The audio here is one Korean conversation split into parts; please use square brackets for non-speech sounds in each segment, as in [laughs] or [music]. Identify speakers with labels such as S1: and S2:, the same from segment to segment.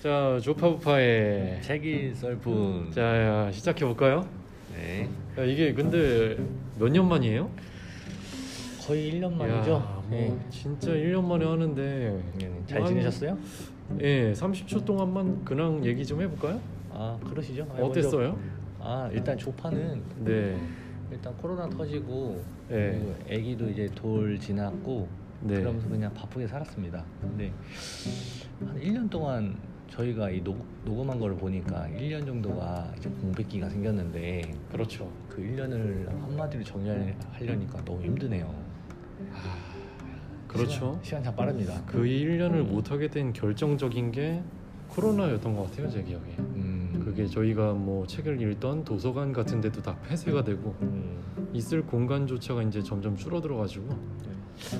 S1: 자 조파부파의
S2: 책이 썰뿐.
S1: 자 시작해 볼까요?
S2: 네.
S1: 이게 근데 몇 년 만이에요?
S3: 거의 1년
S1: 이야,
S3: 만이죠.
S1: 뭐
S3: 예.
S1: 진짜 1년 만에 하는데
S2: 네,
S3: 잘
S1: 뭐 한-
S3: 지내셨어요?
S1: 예, 30초 동안만 근황 얘기 좀 해볼까요?
S3: 아 그러시죠. 아,
S1: 어땠어요?
S3: 먼저- 아 일단 조파는
S1: 네,
S3: 일단 코로나 터지고
S1: 예.
S3: 그 아기도 이제 돌 지났고
S1: 네.
S3: 그러면서 그냥 바쁘게 살았습니다. 근데 한 1년 동안 저희가 이 녹, 녹음한 걸 보니까 1년 정도가 이제 공백기가 생겼는데
S1: 그렇죠.
S3: 그 1년을 한마디로 정리하려니까 너무 힘드네요.
S1: 아, 그렇죠.
S3: 시간, 시간 참 빠릅니다.
S1: 그 1년을 못 하게 된 결정적인 게 코로나였던 것 같아요, 제 기억에.
S3: 음,
S1: 그게 저희가 뭐 책을 읽던 도서관 같은 데도 다 폐쇄가 되고
S3: 음,
S1: 있을 공간조차가 이제 점점 줄어들어 가지고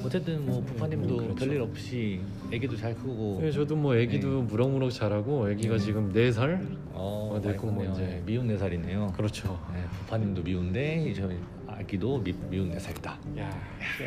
S3: 어쨌든 뭐 부파님도
S1: 음, 그렇죠.
S3: 별일 없이 아기도 잘 크고
S1: 예, 저도 뭐 아기도 무럭무럭 자라고 아기가
S3: 네.
S1: 지금 4살?
S3: 어,
S1: 어,
S3: 많이
S1: 내꺼 뭐
S3: 컸네요.
S1: 이제-
S3: 네, 미운 네 살이네요.
S1: 그렇죠.
S3: 네, 부파님도 미운데 저희 아기도 미, 미운 네 살이다.
S1: 야,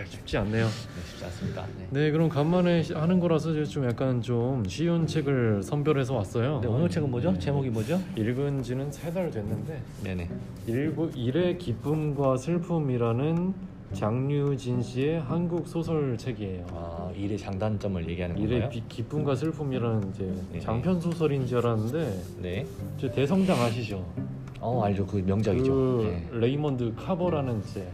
S1: 쉽지 않네요.
S3: 네, 쉽지 않습니다. 네.
S1: 네, 그럼 간만에 시- 하는 거라서 제가 좀 약간 좀 쉬운 책을 선별해서 왔어요.
S3: 네, 오늘 책은
S1: 음.
S3: 뭐죠? 제목이 뭐죠?
S1: 읽은 지는 세 달 됐는데
S3: 네네.
S1: 일부, 일의 기쁨과 슬픔이라는 장류진 씨의 한국 소설 책이에요.
S3: 아 일의 장단점을 얘기하는 건가요?
S1: 일의 비- 기쁨과 슬픔이라는 이제
S3: 네.
S1: 장편 소설인 줄 알았는데
S3: 네.
S1: 저 대성당 아시죠?
S3: 어 알죠. 그 명작이죠.
S1: 그
S3: 네.
S1: 레이먼드 카버라는 이제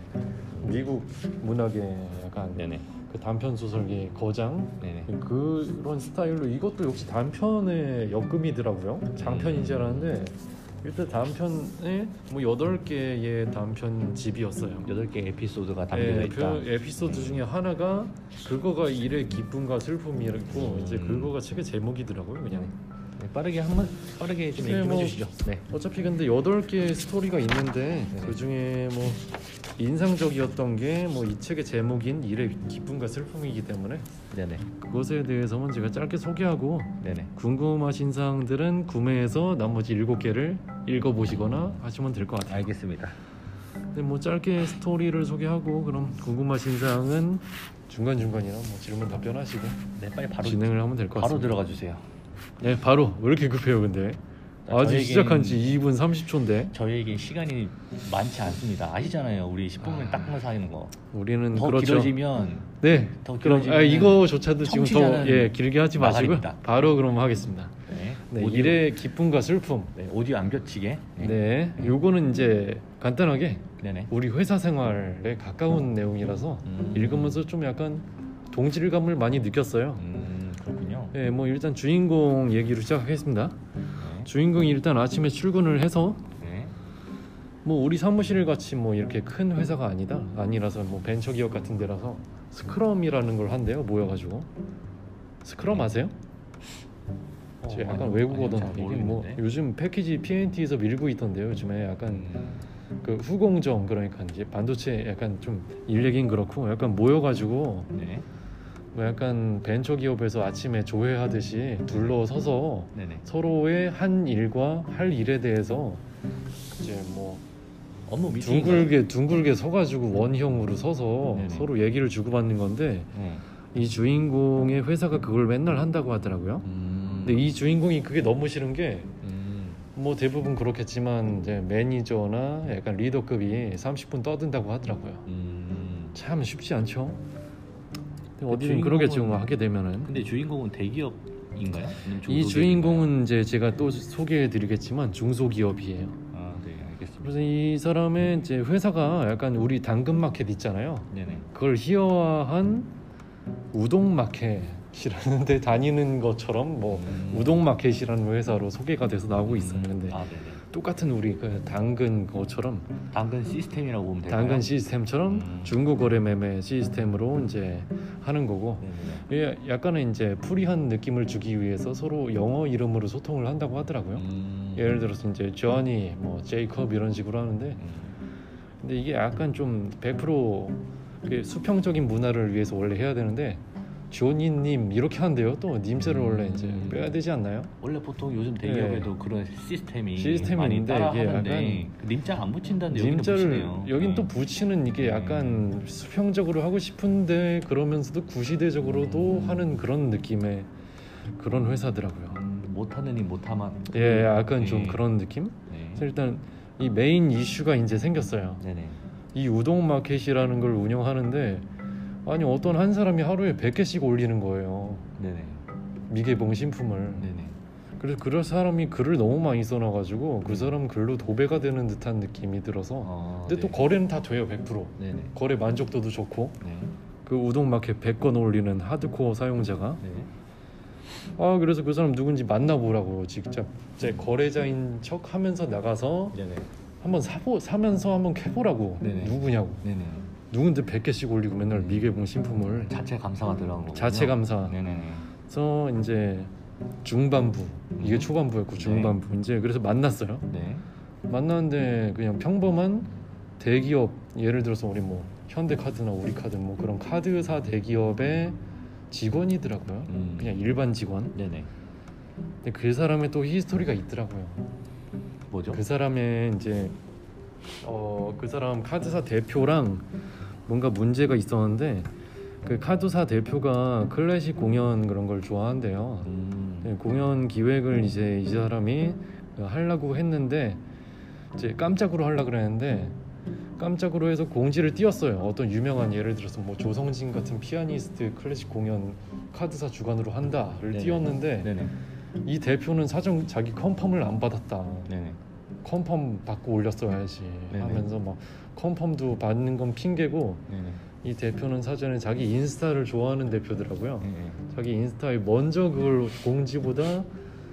S1: 미국 문학의 약간
S3: 네네.
S1: 그 단편 소설의 거장
S3: 네네.
S1: 그런 스타일로 이것도 역시 단편의 역금이더라고요.
S3: 음.
S1: 장편인 줄 알았는데 일단 단편에 뭐 여덟 개의 단편 집이었어요.
S3: 여덟 개 에피소드가 담겨져
S1: 예,
S3: 있다.
S1: 그 에피소드 중에 하나가 그거가 일의 기쁨과 슬픔이고 이제
S3: 음.
S1: 그거가 책의 제목이더라고요. 그냥
S3: 네, 빠르게 한번 빠르게 좀
S1: 네,
S3: 얘기 좀
S1: 뭐-
S3: 해주시죠. 네.
S1: 어차피 근데 여덟 개의 스토리가 있는데
S3: 네.
S1: 그 중에 뭐 인상적이었던 게 뭐 이 책의 제목인 일의 기쁨과 슬픔이기 때문에
S3: 네네.
S1: 그것에 대해서만 제가 짧게 소개하고
S3: 네네.
S1: 궁금하신 사항들은 구매해서 나머지 일곱 개를 읽어보시거나 하시면 될 것 같아요.
S3: 알겠습니다.
S1: 근데 뭐 짧게 스토리를 소개하고 그럼 궁금하신 사항은 중간 중간이나 뭐 질문 답변하시고
S3: 네 빨리 바로
S1: 진행을 하면 될 것
S3: 바로
S1: 같습니다.
S3: 들어가 주세요.
S1: 네, 바로 왜 이렇게 급해요, 근데 아직
S3: 저에겐-
S1: 시작한 지 2분 30초인데
S3: 저희에게 시간이 많지 않습니다. 아시잖아요. 우리 10분면
S1: 아.
S3: 딱 사는 거.
S1: 우리는
S3: 더
S1: 그렇죠.
S3: 길어지면
S1: 네,
S3: 더
S1: 그럼
S3: 길어지면은
S1: 아, 이거조차도 지금 더
S3: 청취자는
S1: 예, 길게 하지 마시고
S3: 나가립니다.
S1: 바로 그럼 하겠습니다.
S3: 네.
S1: 네,
S3: 오디오,
S1: 일의 기쁨과 슬픔.
S3: 네, 오디오 안 겹치게.
S1: 네, 요거는 이제 간단하게
S3: 네네.
S1: 우리 회사 생활에 가까운 내용이라서
S3: 음.
S1: 읽으면서 좀 약간 동질감을 많이 느꼈어요.
S3: 음 그렇군요.
S1: 네, 뭐 일단 주인공 얘기로 시작하겠습니다.
S3: 네.
S1: 주인공이 일단 아침에 출근을 해서
S3: 네.
S1: 뭐 우리 사무실 같이 뭐 이렇게 큰 회사가 아니다 아니라서 뭐 벤처 기업 같은 데라서 스크럼이라는 걸 한대요 모여가지고 스크럼 아세요?
S3: 어,
S1: 저 약간
S3: 아니요,
S1: 외국어던
S3: 아니요, 잘
S1: 이게 뭐
S3: 모르겠는데.
S1: 요즘 패키지 PNT에서 밀고 있던데요 요즘에 약간
S3: 음.
S1: 그 후공정 그러니까 이제 반도체 약간 좀 일 얘긴 그렇고 약간 모여가지고
S3: 네.
S1: 뭐 약간 벤처 기업에서 아침에 조회하듯이 둘러서서
S3: 네네.
S1: 서로의 한 일과 할 일에 대해서 이제 뭐
S3: 업무 미팅.
S1: 둥글게 둥글게 서가지고 원형으로 서서
S3: 네네.
S1: 서로 얘기를 주고받는 건데
S3: 네.
S1: 이 주인공의 회사가 그걸 맨날 한다고 하더라고요.
S3: 음.
S1: 근데 이 주인공이 그게 너무 싫은 게
S3: 음.
S1: 뭐 대부분 그렇겠지만 이제 매니저나 약간 리더급이 30분 떠든다고 하더라고요.
S3: 음.
S1: 참 쉽지 않죠. 근데 어디든
S3: 주인공은-
S1: 그러겠죠. 뭐 하게 되면은
S3: 근데 주인공은 대기업인가요? 아니면
S1: 이
S3: 중소기업인가요?
S1: 주인공은 이제 제가 또 소개해드리겠지만 중소기업이에요.
S3: 아, 네, 알겠습니다.
S1: 그래서 이 사람의 이제 회사가 약간 우리 당근마켓 있잖아요.
S3: 네네.
S1: 그걸 희화화한 우동마켓이라는 데 [laughs] 다니는 것처럼 뭐
S3: 음.
S1: 우동마켓이라는 회사로 소개가 돼서 나오고 있어요. 근데
S3: 아, 네네.
S1: 똑같은 우리 그 당근 거처럼
S3: 당근 시스템이라고 보면 될까요?
S1: 당근 시스템처럼
S3: 네. 음.
S1: 중고 거래 매매 시스템으로 이제 하는 거고
S3: 네네.
S1: 예, 약간은 이제 프리한 느낌을 주기 위해서 서로 영어 이름으로 소통을 한다고 하더라고요.
S3: 음.
S1: 예를 들어서 이제 조니, 뭐 제이컵 이런 식으로 하는데
S3: 음.
S1: 근데 이게 약간 좀 100% 수평적인 문화를 위해서 원래 해야 되는데 조니님 이렇게 한대요. 또
S3: 음.
S1: 님자를 원래 이제 빼야 되지 않나요?
S3: 원래 보통 요즘 대기업에도 그런 시스템이
S1: 네. 시스템이
S3: 많이
S1: 있는데 이게
S3: 따라하는데
S1: 약간
S3: 그 님자 안 붙인다는데 여기는
S1: 님자를
S3: 붙이네요.
S1: 여긴 또
S3: 음.
S1: 붙이는 이게 약간 수평적으로 하고 싶은데 그러면서도 구시대적으로도
S3: 음.
S1: 하는 그런 느낌의 그런 회사더라고요.
S3: 음, 못하느니 못하만.
S1: 예, 약간 좀
S3: 네.
S1: 그런 느낌?
S3: 네.
S1: 그래서 일단 이 메인 이슈가 이제 생겼어요.
S3: 네네.
S1: 이 우동 마켓이라는 걸 운영하는데 아니 어떤 한 사람이 하루에 100개씩 올리는 거예요.
S3: 네네.
S1: 미개봉 신품을.
S3: 네네.
S1: 그래서 그런 사람이 글을 너무 많이 써놔가지고
S3: 네.
S1: 그 사람 글로 도배가 되는 듯한 느낌이 들어서
S3: 어,
S1: 근데 또
S3: 네.
S1: 거래는 다 돼요 100%
S3: 네네.
S1: 거래 만족도도 좋고
S3: 네.
S1: 그 우동 마켓 100건 올리는 하드코어 사용자가
S3: 네.
S1: 아 그래서 그 사람 누군지 만나보라고 직접 제 거래자인 척 하면서 나가서
S3: 네네.
S1: 한번 사보 사면서 한번 캐보라고
S3: 네네.
S1: 누구냐고
S3: 네네.
S1: 누군데 100개씩 올리고 맨날 미개봉 신품을
S3: 자체 감사가 들어간 거군요.
S1: 자체 감사
S3: 네네네.
S1: 그래서 이제 중반부 이게
S3: 음.
S1: 초반부였고 중반부 이제 그래서 만났어요
S3: 네.
S1: 만났는데 그냥 평범한 대기업 예를 들어서 우리 뭐 현대카드나 우리카드 뭐 그런 카드사 대기업의 직원이더라고요
S3: 음.
S1: 그냥 일반 직원
S3: 네네.
S1: 근데 그 사람의 또 히스토리가 있더라고요
S3: 뭐죠?
S1: 그 사람의 이제 어, 그 사람 카드사 대표랑 뭔가 문제가 있었는데 그 카드사 대표가 클래식 공연 그런 걸 좋아한대요.
S3: 음.
S1: 네, 공연 기획을 이제 이 사람이 그 하려고 했는데 이제 깜짝으로 하려고 그랬는데 깜짝으로 해서 공지를 띄웠어요. 어떤 유명한 예를 들어서 뭐 조성진 같은 피아니스트 클래식 공연 카드사 주관으로 한다를
S3: 네네.
S1: 띄웠는데
S3: 네네.
S1: 이 대표는 사정 자기 컨펌을 안 받았다.
S3: 네네.
S1: 컨펌 받고 올렸어야지
S3: 네네.
S1: 하면서 막 컨펌도 받는 건 핑계고
S3: 네네.
S1: 이 대표는 사전에 자기 인스타를 좋아하는 대표더라고요.
S3: 네네.
S1: 자기 인스타에 먼저 그걸 공지보다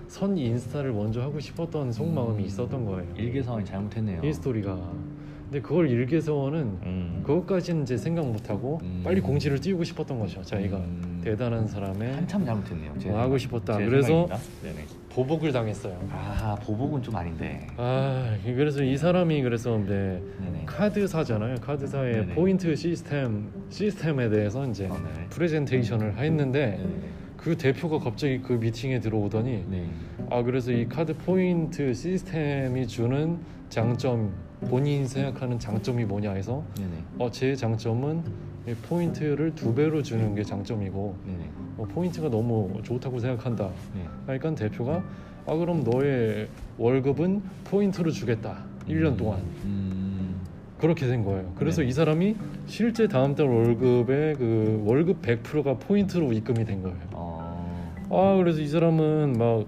S1: 선 인스타를 먼저 하고 싶었던 속마음이
S3: 음.
S1: 있었던 거예요.
S3: 일개상황이 잘못했네요.
S1: 이 스토리가. 근데 그걸 일개서원은
S3: 음.
S1: 그것까지는 이제 생각 못 하고
S3: 음.
S1: 빨리 공지를 띄우고 싶었던 거죠. 자기가
S3: 음.
S1: 대단한 사람의
S3: 한참 잘못했네요. 제
S1: 뭐 하고 싶었다.
S3: 제
S1: 그래서-
S3: 생각입니다. 네네.
S1: 보복을 당했어요.
S3: 아 보복은 좀 아닌데.
S1: 아 그래서 이 사람이 그래서 네,
S3: 네네.
S1: 카드사잖아요. 카드사의
S3: 네네.
S1: 포인트 시스템 시스템에 대해서 이제
S3: 어, 네네.
S1: 프레젠테이션을 했는데
S3: 네네.
S1: 그 대표가 갑자기 그 미팅에 들어오더니
S3: 네.
S1: 아 그래서 이 카드 포인트 시스템이 주는 장점 본인이 생각하는 장점이 뭐냐 해서
S3: 네네.
S1: 어, 제 장점은 이 포인트를 두 배로 주는 게 장점이고
S3: 네네.
S1: 어, 포인트가 너무 좋다고 생각한다.
S3: 네.
S1: 그러니까 대표가 아 그럼 너의 월급은 포인트로 주겠다. 1년 동안
S3: 음.
S1: 그렇게 된 거예요. 그래서
S3: 네.
S1: 이 사람이 실제 다음 달 월급에 그 월급 100%가 포인트로 입금이 된 거예요.
S3: 어.
S1: 아 그래서 이 사람은 막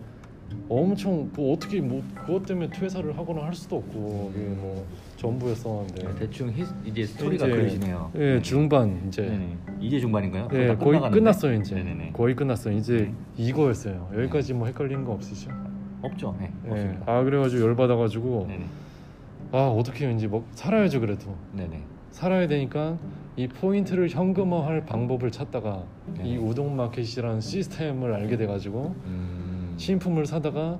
S1: 엄청 그 어떻게 뭐 그것 때문에 퇴사를 하거나 할 수도 없고 이게 뭐 전부였었는데
S3: 아, 네. 대충 히, 이제 스토리가
S1: 이제-
S3: 그려지네요.
S1: 예 중반 이제
S3: 네네. 이제 중반인가요?
S1: 예
S3: 거의 다
S1: 거의
S3: 끝나가는데?
S1: 끝났어요 이제
S3: 네네네.
S1: 거의 끝났어요 이제
S3: 네.
S1: 이거였어요 여기까지 뭐 헷갈리는 거 없으시죠?
S3: 없죠. 네.
S1: 예. 어.
S3: 없습니다.
S1: 아 그래가지고 열받아가지고
S3: 네네.
S1: 아 어떻게 해요 이제 뭐 살아야죠 그래도
S3: 네네.
S1: 살아야 되니까 이 포인트를 현금화할 방법을 찾다가
S3: 네.
S1: 이 우동 마켓이라는 시스템을 알게 돼가지고
S3: 음.
S1: 신품을 사다가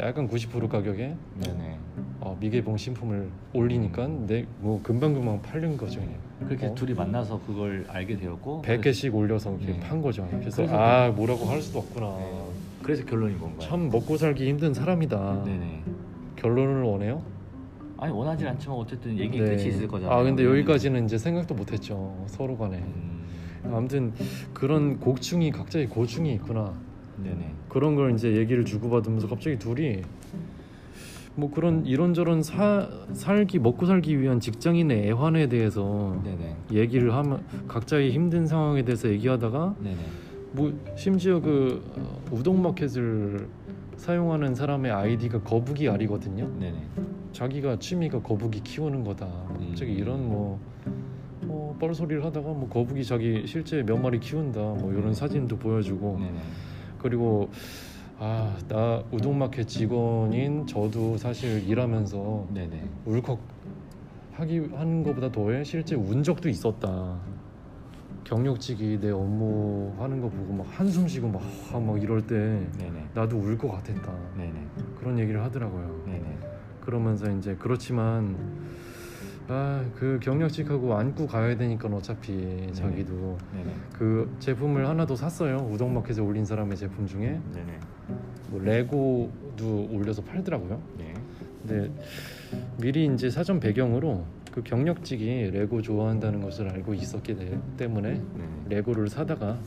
S1: 약간 90% 가격에
S3: 네네.
S1: 어, 미개봉 신품을 올리니까 내 뭐 금방금방 팔린 거죠.
S3: 네.
S1: 그냥.
S3: 그렇게
S1: 어?
S3: 둘이 만나서 그걸 알게 되었고
S1: 100개씩 올려서 이렇게
S3: 네.
S1: 판 거죠. 그래서,
S3: 그래서
S1: 아 뭐라고 할 수도 없구나.
S3: 네. 그래서 결론이 뭔가요?
S1: 참 먹고 살기 힘든 사람이다.
S3: 네네.
S1: 결론을 원해요?
S3: 아니 원하진 않지만 어쨌든 얘기
S1: 네.
S3: 끝이 있을 거잖아요.
S1: 아 근데 여기까지는 이제 생각도 못했죠. 서로 간에.
S3: 음,
S1: 아무튼 그런 곡충이 각자의 고충이 있구나.
S3: 네네.
S1: 그런 걸 이제 얘기를 주고받으면서 갑자기 둘이 뭐 그런 이런저런 사, 살기 먹고 살기 위한 직장인의 애환에 대해서
S3: 네네.
S1: 얘기를 하면 각자의 힘든 상황에 대해서 얘기하다가
S3: 네네.
S1: 뭐 심지어 그 어, 우동마켓을 사용하는 사람의 아이디가 거북이 알이거든요.
S3: 네네.
S1: 자기가 취미가 거북이 키우는 거다. 갑자기
S3: 음.
S1: 이런 뭐 어, 뻘소리를 하다가 뭐 거북이 자기 실제 몇 마리 키운다. 뭐 이런
S3: 네.
S1: 사진도 보여주고
S3: 네네.
S1: 그리고 아 나 우동마켓 직원인 저도 사실 일하면서
S3: 네네.
S1: 울컥 하기 하는 것보다 더해 실제 운 적도 있었다. 경력직이 내 업무 하는 거 보고 막 한숨 쉬고 막, 아, 막 이럴 때
S3: 네네.
S1: 나도 울 것 같았다.
S3: 네네.
S1: 그런 얘기를 하더라고요.
S3: 네네.
S1: 그러면서 이제 그렇지만 아 그 경력직하고 안고 가야 되니까 어차피 자기도
S3: 네네.
S1: 그 제품을 하나 더 샀어요. 우동마켓에 올린 사람의 제품 중에
S3: 네네.
S1: 뭐 레고도 올려서 팔더라고요.
S3: 네.
S1: 근데 미리 이제 사전 배경으로 그 경력직이 레고 좋아한다는 것을 알고 있었기 때- 때문에
S3: 네네.
S1: 레고를 사다가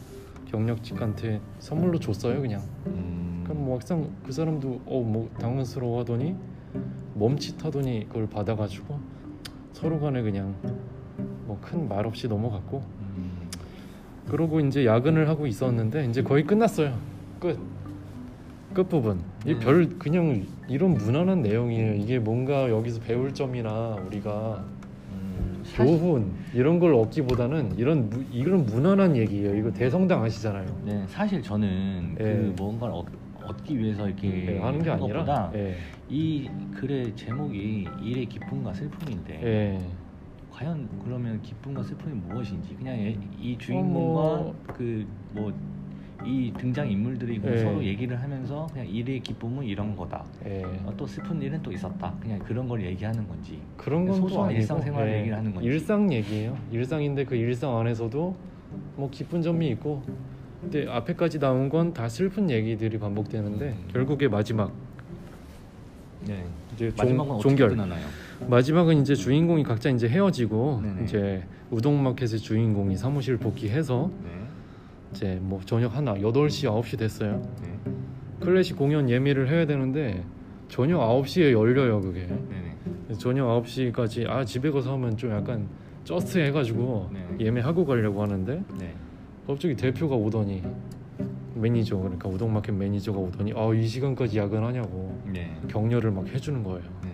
S1: 경력직한테 선물로 줬어요 그냥
S2: 음.
S1: 그럼 뭐 막상 그 사람도 어 뭐 당황스러워하더니 멈칫하더니 그걸 받아가지고 서로 간에 그냥 뭐 큰 말 없이 넘어갔고
S3: 음,
S1: 그러고 이제 야근을 하고 있었는데 이제 거의 끝났어요. 끝. 끝 부분.
S2: 음.
S1: 이 별 그냥 이런 무난한 내용이에요. 이게 뭔가 여기서 배울 점이나 우리가 뭐
S3: 음, 사실-
S1: 교훈 이런 걸 얻기보다는 이런 무- 이런 무난한 얘기예요. 이거 대성당 아시잖아요.
S3: 네, 사실 저는
S1: 예.
S3: 그 뭔가를 얻, 얻기 위해서 이렇게
S1: 예, 하는 게
S3: 하는
S1: 아니라
S3: 것보다
S1: 예.
S3: 이 글의 제목이 일의 기쁨과 슬픔인데
S1: 예.
S3: 과연 그러면 기쁨과 슬픔이 무엇인지 그냥 예- 이 주인공과
S1: 뭐-
S3: 그 뭐 이 등장 인물들이 그냥
S1: 예.
S3: 서로 얘기를 하면서 그냥 일의 기쁨은 이런 거다.
S1: 예.
S3: 어, 또 슬픈 일은 또 있었다. 그냥 그런 걸 얘기하는 건지.
S1: 그런 건또
S3: 네, 소소한
S1: 아니고, 네.
S3: 일상생활 얘기를 하는 건지.
S1: 일상 얘기예요. 일상인데 그 일상 안에서도 뭐 기쁜 점이 있고 근데 앞에까지 나온 건 다 슬픈 얘기들이 반복되는데
S3: 음.
S1: 결국에 마지막
S3: 네.
S1: 이제
S3: 마지막은
S1: 종,
S3: 어떻게
S1: 종결
S3: 끝나나요?
S1: 마지막은 이제 주인공이 각자 이제 헤어지고
S3: 네네.
S1: 이제 우동마켓의 주인공이 사무실 복귀해서
S2: 네.
S1: 이제 뭐 저녁 하나 8시 9시 됐어요.
S2: 네.
S1: 클래식 공연 예매를 해야 되는데 저녁 9시에 열려요 그게.
S2: 네네.
S1: 그래서 저녁 9시까지 아 집에 가서 하면 좀 약간 쩌스 해가지고
S2: 네.
S1: 예매하고 가려고 하는데
S2: 네.
S1: 갑자기 대표가 오더니 매니저 그러니까 우동마켓 매니저가 오더니 아 이 시간까지 야근하냐고
S2: 네.
S1: 격려를 막 해주는 거예요.
S2: 네.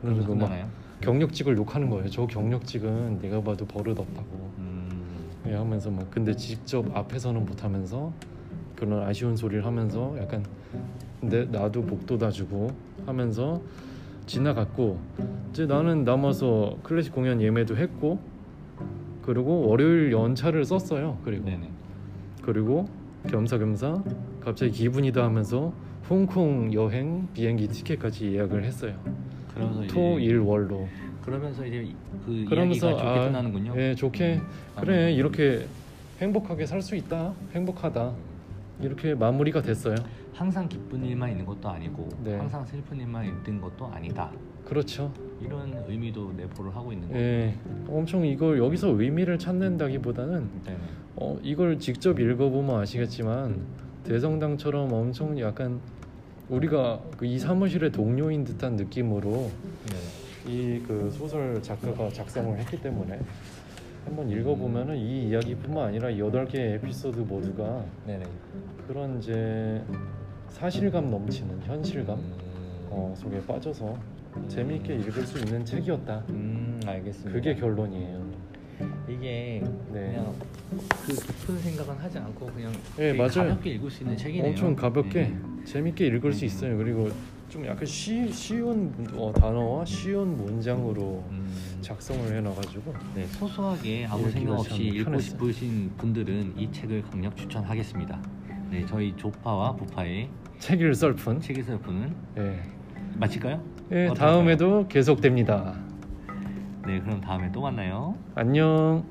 S1: 그래서 그막
S2: 끝나나요?
S1: 경력직을 욕하는 거예요. 저 경력직은 내가 봐도 버릇 없다고
S2: 음.
S1: 예, 하면서 막 근데 직접 앞에서는 못하면서 그런 아쉬운 소리를 하면서 약간 내 나도 복돋아주고 하면서 지나갔고 이제 나는 남아서 클래식 공연 예매도 했고 그리고 월요일 연차를 썼어요.
S3: 음.
S1: 그리고
S2: 네네.
S1: 그리고 겸사겸사 갑자기 기분이다 하면서 홍콩 여행 비행기 티켓까지 예약을 했어요.
S2: 아,
S3: 그러면서 이제
S2: 예.
S1: 토 일 월로
S3: 그러면서 이제 그
S1: 그러면서
S3: 이야기가 좋게
S1: 아,
S3: 끝나는군요. 음. 아, 네.
S1: 예, 좋게
S2: 아.
S1: 그래 이렇게 행복하게 살 수 있다 행복하다 이렇게 마무리가 됐어요
S3: 항상 기쁜 일만 있는 것도 아니고
S1: 네.
S3: 항상 슬픈 일만 있는 것도 아니다.
S1: 그렇죠
S3: 이런 의미도 내포를 하고 있는 거예요.
S1: 예 엄청 이걸 여기서 의미를 찾는다기보다는
S3: 네.
S1: 어, 이걸 직접 읽어보면 아시겠지만 대성당처럼 엄청 약간 우리가 그이 사무실의 동료인 듯한 느낌으로 이 그 소설 작가가 작성을 했기 때문에 한번 읽어보면은 이 이야기뿐만 아니라 여덟 개의 에피소드 모두가
S3: 네. 네네.
S1: 그런 이제 사실감 넘치는 현실감
S3: 음,
S1: 어, 속에 빠져서 재미있게 읽을 수 있는 책이었다.
S3: 음, 알겠습니다.
S1: 그게 결론이에요.
S3: 이게
S1: 네,
S3: 그냥 그 깊은 생각은 하지 않고 그냥
S1: 예,
S3: 되게
S1: 맞아요.
S3: 가볍게 읽을 수 있는 책이네요.
S1: 엄청 가볍게
S3: 네.
S1: 재미있게 읽을 수
S3: 음.
S1: 있어요. 그리고 좀 약간 쉬, 쉬운 어, 단어와 쉬운 문장으로
S3: 음,
S1: 작성을 해놔가지고
S3: 네, 소소하게 아무
S1: 예, 읽기가
S3: 생각 없이
S1: 참
S3: 읽고
S1: 편했어요.
S3: 싶으신 분들은 이 책을 강력 추천하겠습니다. 네, 저희 조파와 부파의
S1: 책을 썰픈.
S3: 책에서 보는
S1: 예,
S3: 마칠까요?
S1: 예,
S3: 어떨까요?
S1: 다음에도 계속됩니다.
S3: 네, 그럼 다음에 또 만나요.
S1: 안녕.